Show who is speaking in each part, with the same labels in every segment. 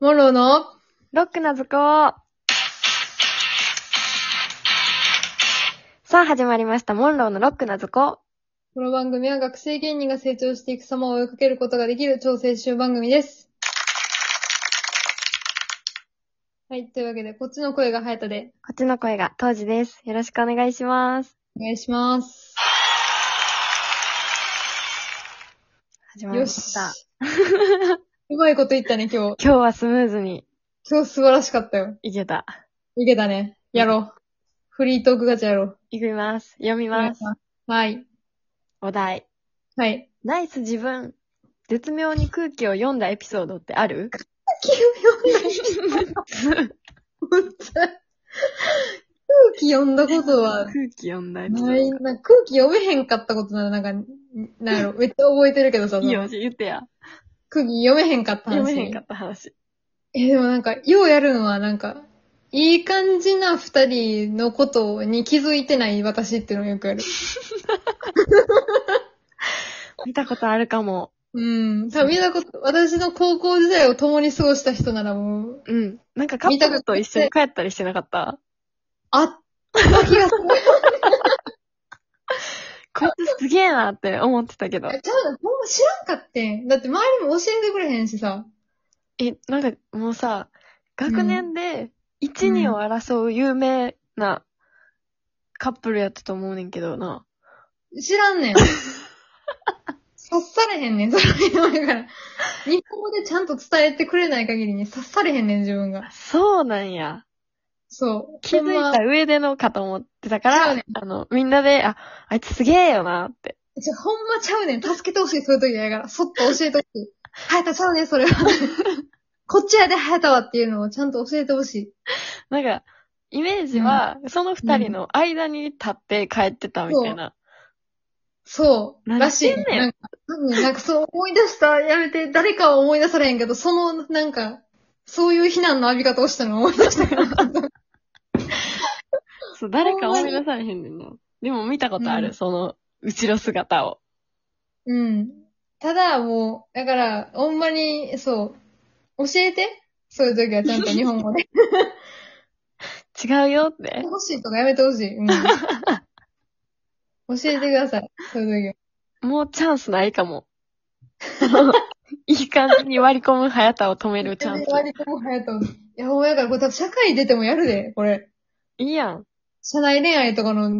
Speaker 1: モロの
Speaker 2: ロックな図工。さあ、始まりました。モンローのロックな図工。
Speaker 1: この番組は学生芸人が成長していく様を追いかけることができる超青春番組です。はい、というわけで、こっちの声がハヤタで、
Speaker 2: こっちの声が当時です。よろしくお願いします。
Speaker 1: お願いします。
Speaker 2: 始まり
Speaker 1: よ
Speaker 2: ま
Speaker 1: し。
Speaker 2: した。
Speaker 1: うまいこと言ったね、今日。
Speaker 2: 今日はスムーズに
Speaker 1: 今日素晴らしかったよ。
Speaker 2: いけた。
Speaker 1: いけたね。やろう。フリートークガチャやろう。
Speaker 2: いきます。読み
Speaker 1: お願
Speaker 2: ま
Speaker 1: い
Speaker 2: す
Speaker 1: し。ますはい。
Speaker 2: お題。
Speaker 1: はい。
Speaker 2: ナイス自分。絶妙に空気を読んだエピソードってある
Speaker 1: 気を読んだ 空気読んだことは
Speaker 2: 空気読んだエピソ
Speaker 1: ない、
Speaker 2: ー
Speaker 1: な空気読めへんかったことなら、なんか、なん やろ、めっちゃ覚えてるけどさ、
Speaker 2: ド。いい
Speaker 1: そ
Speaker 2: よ、
Speaker 1: の
Speaker 2: 言ってや。
Speaker 1: 空気読めへんかった話。
Speaker 2: 読めへんかった話。
Speaker 1: え、でもなんか、ようやるのは、なんか、いい感じな二人のことに気づいてない私っていうのをよくやる。
Speaker 2: 見たことあるかも。
Speaker 1: うん。多分見たこと、私の高校時代を共に過ごした人ならもう、
Speaker 2: うん。なんかカップルと一緒に帰ったりしてなかった
Speaker 1: あった気がする。
Speaker 2: こいつすげえなって思ってたけど。
Speaker 1: ちゃうの、ほんま知らんかってん。だって周りも教えてくれへんしさ。
Speaker 2: え、なんかもうさ、学年で1、
Speaker 1: うん
Speaker 2: 2を争う有名なカップルやったと思うねんけどな。
Speaker 1: 知らん ねん。刺されへんねん、それ。だから、日本語でちゃんと伝えてくれない限りに刺されへんねん、自分が。
Speaker 2: そうなんや。
Speaker 1: そう。
Speaker 2: 気づい
Speaker 1: ほ
Speaker 2: た
Speaker 1: ん
Speaker 2: 上でのかと思ってたか
Speaker 1: そ
Speaker 2: ら、
Speaker 1: うね
Speaker 2: あの、みんなで、あ、あいつすげえよなって。
Speaker 1: ま、ちょほんまちゃうねん。助けてほしい、そういう時やから。そっと教えてほしい。はやたちゃうねん、それ は。こっちやで、はやたわっていうのをちゃんと教えてほしい。
Speaker 2: なんか、イメージは、その二人の間に立って帰ってたみたいな。
Speaker 1: そう。
Speaker 2: 何
Speaker 1: らしい。
Speaker 2: してんねん
Speaker 1: なんか、うんなんかそう思い出した、やめて、誰かは思い出されへんけど、その、なんか、そういう非難の浴び方をしたのを思い出したから。
Speaker 2: そう、誰か
Speaker 1: ほんま
Speaker 2: 思
Speaker 1: に
Speaker 2: い出されへんねんな。でも見たことある、
Speaker 1: うん
Speaker 2: その、後ろ姿を。
Speaker 1: うん。ただ、もう、だから、ほんまに、そう、教えて。そういう時はちゃんと日本 語で。
Speaker 2: 違うよって。
Speaker 1: 欲しいとかやめてほしい。うん教えてください。そういう
Speaker 2: もうチャンスないか も。いい感じに割り込む早田を止め
Speaker 1: 時は。
Speaker 2: るチャンス。
Speaker 1: 割ともはやと。いや、ほんまやから、これ多分社会出てもやるで、これ。
Speaker 2: いいやん。
Speaker 1: 社内恋愛とかの、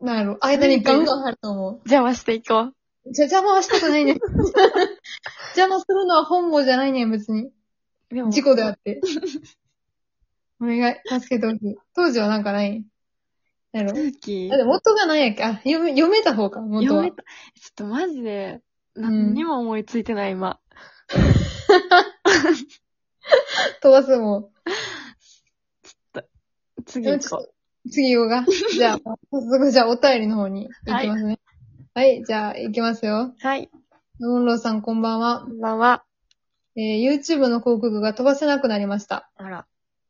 Speaker 1: なんやろ、間にガンガン入ると思
Speaker 2: 邪魔していこう。
Speaker 1: う。じゃ、邪魔はしたく ないねん。邪魔するのは本望じゃないねん、別に。
Speaker 2: でも
Speaker 1: 事故であって。お願い、助けてほしい。当時はなんかないやろ。
Speaker 2: 空気
Speaker 1: あ、でも元がないやっけあ、読め、読めた方か、元
Speaker 2: 読
Speaker 1: は
Speaker 2: め。た。ちょっとマジで、
Speaker 1: うん
Speaker 2: 何にも思いついてない、今。
Speaker 1: 飛ばすもん。
Speaker 2: 次
Speaker 1: でも
Speaker 2: 行
Speaker 1: ちょっ
Speaker 2: こと
Speaker 1: 次行こう が。じゃあ、早速、じゃあ、お便りの方に行きますね。はい、じゃあ、行きますよ。
Speaker 2: う。はい。
Speaker 1: モンローさん、こんばんは
Speaker 2: こ。んばんは。
Speaker 1: えー、YouTube の広告が飛ばせなくなりました。
Speaker 2: あら。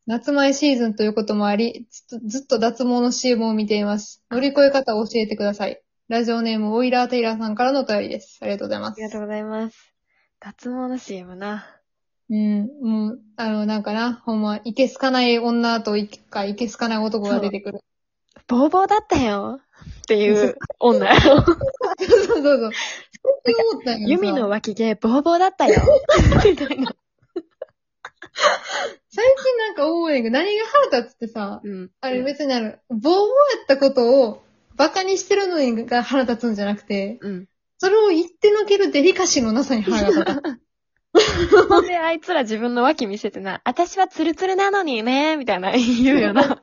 Speaker 1: 夏前シーズンということもあり、ずっとずっと脱毛の CM を見ています。乗り越え方を教えてください。ラジオネーム、オイラー・テイラーさんからのお便りです。ありがとうございま
Speaker 2: あ
Speaker 1: す
Speaker 2: りが。とうございます。脱毛の CM な。
Speaker 1: うん、もう、あの、なんかな、ほんま、いけすかない女といけか、いけすかない男が出てくる。
Speaker 2: ボーボーだったよっていう女。
Speaker 1: そうそうそう。そう思ったんやさ
Speaker 2: 弓の脇毛、ボーボーだったよ。 みたいな。
Speaker 1: 最近なんか思うねんけど、何が腹立つってさ、
Speaker 2: うん。
Speaker 1: あれ別にある、ボーボーやったことを、バカにしてるのが腹立つんじゃなくて、
Speaker 2: うん。
Speaker 1: それを言ってのけるデリカシーのなさに腹が 立つ。
Speaker 2: ほんで、あいつら自分の脇見せてな、私はツルツルなのにね、みたいな言う よな。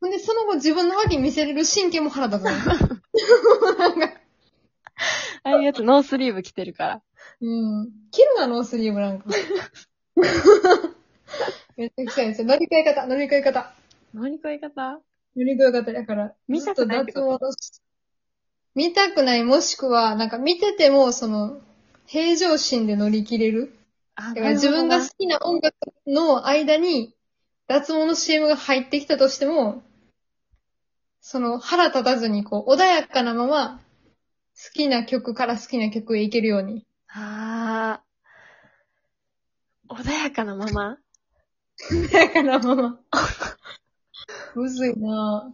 Speaker 1: ほんで、その後自分の脇見せれる神経も腹立つねん。 なんか、
Speaker 2: ああいうやつノースリーブ着てるから。
Speaker 1: うん。切るな、ノースリーブなん か。めっちゃくちゃですよ。乗り換え方、乗り換え方。
Speaker 2: 乗り越え方
Speaker 1: 塗り具合型だから、
Speaker 2: 見たくないってこと
Speaker 1: ずっと脱毛のし見たくない、もしくは、なんか見てても、その、平常心で乗り切れる。
Speaker 2: あ
Speaker 1: だから自分が好きな音楽の間に、脱毛の CM が入ってきたとしても、その腹立たずにこう、穏やかなまま、好きな曲から好きな曲へ行けるように。
Speaker 2: あー。穏やかなまま
Speaker 1: だからまま。むずいな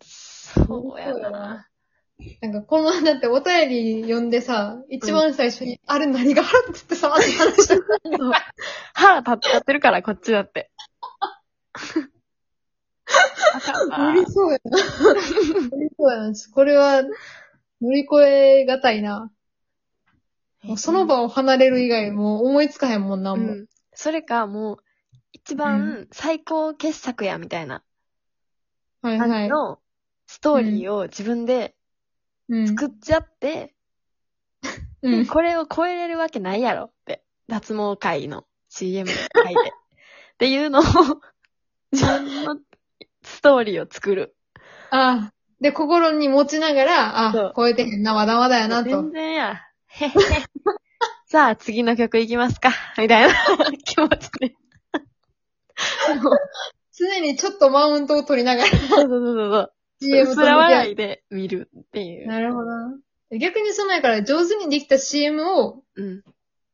Speaker 1: ぁ
Speaker 2: そうやな。
Speaker 1: なんか、この前だってお便り読んでさ、一番最初に、あれ何が腹立つって さ、って話した。
Speaker 2: そう腹立っちゃってるから、こっちだって。あかん
Speaker 1: 無
Speaker 2: な
Speaker 1: 理そうやな。無理そうやな。ちょこれは、乗り越えがたいな。もうその場を離れる以外、もう思いつかへんもんな、
Speaker 2: う
Speaker 1: もう。
Speaker 2: ん。それか、もう、一番最高傑作や、みたいな
Speaker 1: はい
Speaker 2: 感
Speaker 1: は
Speaker 2: じ
Speaker 1: い。
Speaker 2: のストーリーを自分で
Speaker 1: うん
Speaker 2: 作っちゃって、
Speaker 1: う
Speaker 2: で
Speaker 1: ん。
Speaker 2: これを超えれるわけないやろって、脱毛会の CM で書 いて。っていうのを、自分のストーリーを作る。
Speaker 1: ああ。で、心に持ちなが
Speaker 2: そ
Speaker 1: ら、
Speaker 2: う
Speaker 1: あ、超えてへんな、まだまだやな、と
Speaker 2: 全。然や。へへへ。 さあ、次の曲いきますか。みたいな 気持ちで。
Speaker 1: 常にちょっとマウントを取りな がら
Speaker 2: そうそうそうそう。
Speaker 1: CM
Speaker 2: 薄
Speaker 1: と向き
Speaker 2: ら
Speaker 1: 合
Speaker 2: 笑
Speaker 1: い。
Speaker 2: いで見るっていう。
Speaker 1: なるほどな。逆にそのやから、上手にできた CM を、
Speaker 2: うん。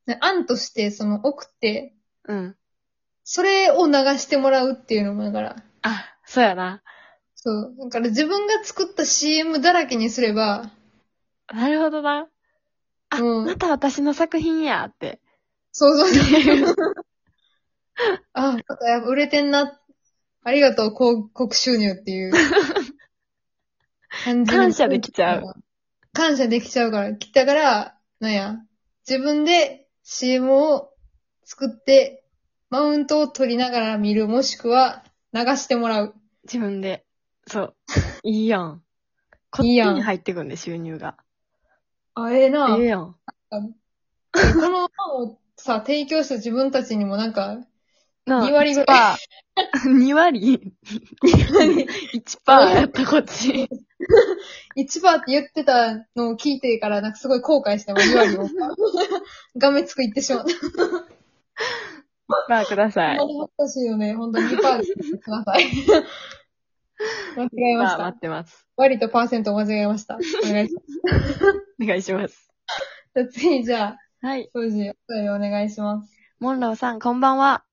Speaker 1: ね案として、その、送って、
Speaker 2: うん。
Speaker 1: それを流してもらうっていうのも、だから、
Speaker 2: あ、そうやな。
Speaker 1: そう。だから自分が作った CM だらけにすれば、
Speaker 2: なるほどな。あ、
Speaker 1: うん
Speaker 2: また私の作品や って。
Speaker 1: 想像で あ、なんかやっぱ売れてんな。ありがとう、広告収入って いう感じの
Speaker 2: 感謝できちゃう。
Speaker 1: 感謝できちゃうから。きたから、なんや。自分で CM を作って、マウントを取りながら見る、もしくは流してもらう。
Speaker 2: 自分で。そう。いいやん。こっ
Speaker 1: いい
Speaker 2: ち
Speaker 1: やん
Speaker 2: に入ってくんで、収入が。
Speaker 1: あ、ええな。
Speaker 2: ええやん。
Speaker 1: このパンをさ、提供した自分たちにもなんか、
Speaker 2: な
Speaker 1: 2割ぐら
Speaker 2: 2割 ?1% パーやった、こっち。
Speaker 1: 1%って言ってたのを聞いてから、なんかすごい後悔しても2割を。 画面つく言ってしまった。
Speaker 2: まあ、ください。
Speaker 1: ほんまに難しいよね。ほんと2%でくださ い。間違えま
Speaker 2: ま
Speaker 1: し
Speaker 2: あ、待
Speaker 1: た。
Speaker 2: ってます。
Speaker 1: 割とパーセントを間違えました。お願いします。
Speaker 2: お願いします。
Speaker 1: じゃあ次、じゃあ、
Speaker 2: はい。
Speaker 1: 当時、お便りお願いします。
Speaker 2: モンローさん、こんばんは。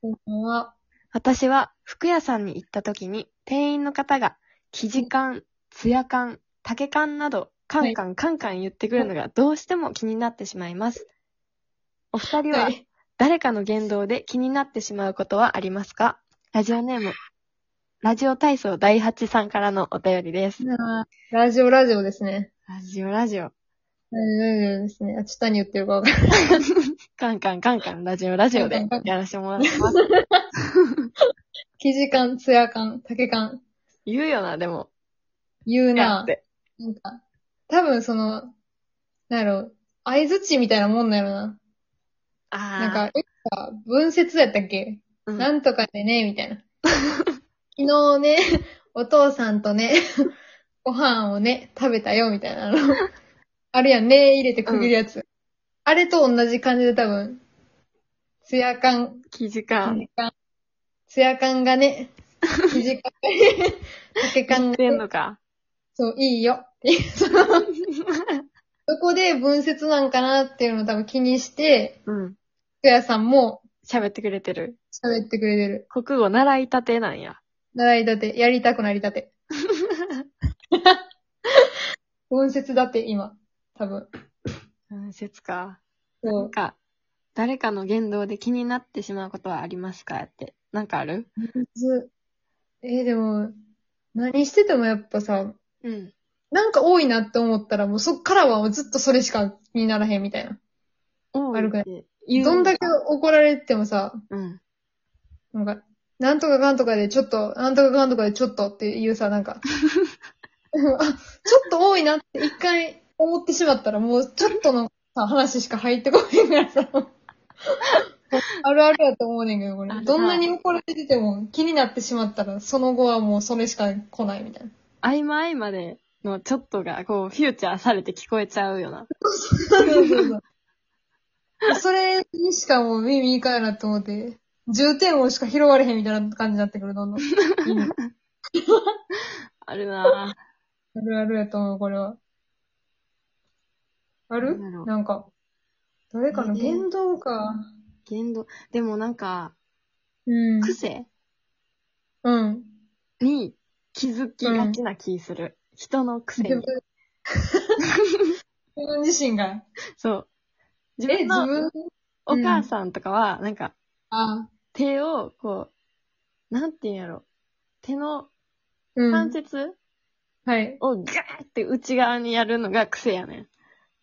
Speaker 1: こんばんは。
Speaker 2: 私は服屋さんに行った時に店員の方が生地感、ツヤ感、竹感などカンカンカンカン言ってくるのがどうしても気になってしまいます。お二人は
Speaker 1: はい。
Speaker 2: 誰かの言動で気になってしまうことはありますかラジオネーム、ラジオ体操第8さんからのお便りです。
Speaker 1: あーラジオラジオですね。
Speaker 2: ラジオラジオ。
Speaker 1: ラジオラジオですね。あ、ちょっと何言ってるかわかんない
Speaker 2: カンカンカンカンラジオラジオ
Speaker 1: カ
Speaker 2: で
Speaker 1: ンカンカ
Speaker 2: やらせてもらいます。
Speaker 1: 生地感、ツヤ感、竹感、
Speaker 2: 言うよな、でも。
Speaker 1: 言う
Speaker 2: や
Speaker 1: な
Speaker 2: っ。て。
Speaker 1: なんか、多分その、なんやろう、合図値みたいなもんなんやろな。
Speaker 2: ああ。
Speaker 1: なんか、よくさ文節やったっけ、
Speaker 2: うん
Speaker 1: なんとかでね、みたいな。昨日ね、 お父さんとね、 ご飯をね、食べたよ、みたいな。あのあるやん、ね入れて区切るやつ。あれと同じ感じで多分、ツヤ感、
Speaker 2: 生地感。
Speaker 1: ツヤ感が ね、生地感が ね、竹感
Speaker 2: 言っ
Speaker 1: が
Speaker 2: て
Speaker 1: ね
Speaker 2: ん、のか。
Speaker 1: そう、いいよっていう、その、どこで文節なんかなっていうのを多分気にして、
Speaker 2: うん。
Speaker 1: 福屋さんも
Speaker 2: 喋ってくれてる。
Speaker 1: 喋ってくれてる。
Speaker 2: 国語習いたてなんや。
Speaker 1: 習いたて、やりたくなりたて。文節だって、今。多分。
Speaker 2: うん、説か。
Speaker 1: そ
Speaker 2: なん
Speaker 1: う。
Speaker 2: か、誰かの言動で気になってしまうことはありますかって。なんかある
Speaker 1: ずえーでも、何しててもやっぱさ、
Speaker 2: うん。。
Speaker 1: なんか多いなって思ったら、もうそっからはもうずっとそれしか気にならへんみたいな。悪くないどんだけ怒られてもさ、
Speaker 2: うん。
Speaker 1: なんか、なんとかかんとかでちょっと、なんとかかんとかでちょっとっていうさ、なん か、あ、ちょっと多いなって一回思ってしまったら、もうちょっとのさ、話しか入ってこないからさ、あるあるやと思うねんけど、これ
Speaker 2: ある。な
Speaker 1: どんなに怒られてても気になってしまったら、その後はもうそれしか来ないみたい な。
Speaker 2: 合間合間でのちょっとが、こう、フューチャーされて聞こえちゃうよな。
Speaker 1: そうそうそう。それにしかもう耳いかんやなと思って、重点音しか拾われへんみたいな感じになってくる、ど んどん。
Speaker 2: あるなぁ。
Speaker 1: あるあるやと思う、これは。ある
Speaker 2: なんだろう
Speaker 1: なんか、誰かの言動か。
Speaker 2: 言動。でもなんか、
Speaker 1: うん。
Speaker 2: 癖
Speaker 1: うん。
Speaker 2: に気づきがちな気する。人の癖
Speaker 1: 自分
Speaker 2: に。、
Speaker 1: 自分自身が。
Speaker 2: そう。自
Speaker 1: え、
Speaker 2: 分
Speaker 1: 自
Speaker 2: の
Speaker 1: 分
Speaker 2: お母さんとかは、なんか、
Speaker 1: あ、
Speaker 2: 手を、こう、なんていうんやろ。手の
Speaker 1: うん。
Speaker 2: 関節
Speaker 1: はい。
Speaker 2: をガーって内側にやるのが癖やねん。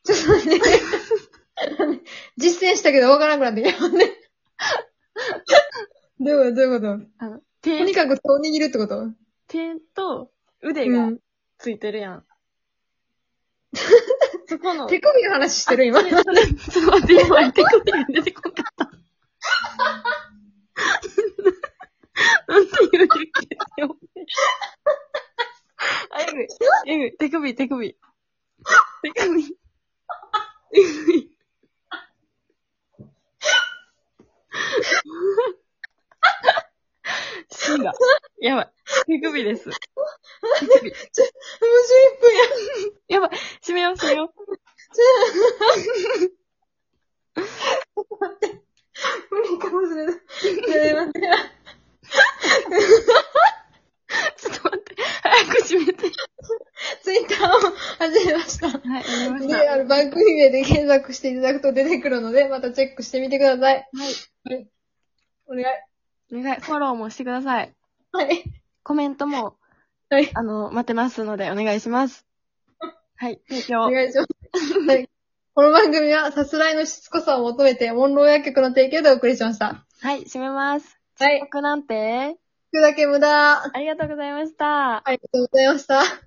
Speaker 1: ちょっと待って。実践したけどわからなくなってきたもんね。どういうことどういうこと
Speaker 2: あの、
Speaker 1: とに
Speaker 2: 手、
Speaker 1: かく手を握るってこと
Speaker 2: 手と腕
Speaker 1: う
Speaker 2: が
Speaker 1: ん。
Speaker 2: ついてるやん。そ この。
Speaker 1: 手首の話してる今。
Speaker 2: あそれそれちょっと待って、今、手首が出てこなかった。 なんて言うんだっけあ、えぐい、えぐい、手首、手首。手首。えぐい。死んだ。やばい。手首です。手首。
Speaker 1: もう11分や。
Speaker 2: やばい。閉めよう、閉めよう。
Speaker 1: 無理かもしれない。ねえ待って
Speaker 2: ちょっと待って。早く閉めて。
Speaker 1: ツイッターを始めました。
Speaker 2: はい、やりました。
Speaker 1: で、あの、バックヒゲで検索していただくと出てくるので、またチェックしてみてください。
Speaker 2: はい。
Speaker 1: お願い。
Speaker 2: お願い、フォローもしてください。
Speaker 1: はい。
Speaker 2: コメントも、
Speaker 1: はい
Speaker 2: あの、待ってますので、お願いします。はい、提
Speaker 1: お
Speaker 2: 供。
Speaker 1: 願いします。はい。この番組は、さすらいのしつこさを求めて、モンロー薬局の提供でお送りしました。
Speaker 2: はい、締めます。
Speaker 1: はい
Speaker 2: 僕なんて、
Speaker 1: 聞くだけ無駄。あ
Speaker 2: ありがとうございました。
Speaker 1: りがとうございました。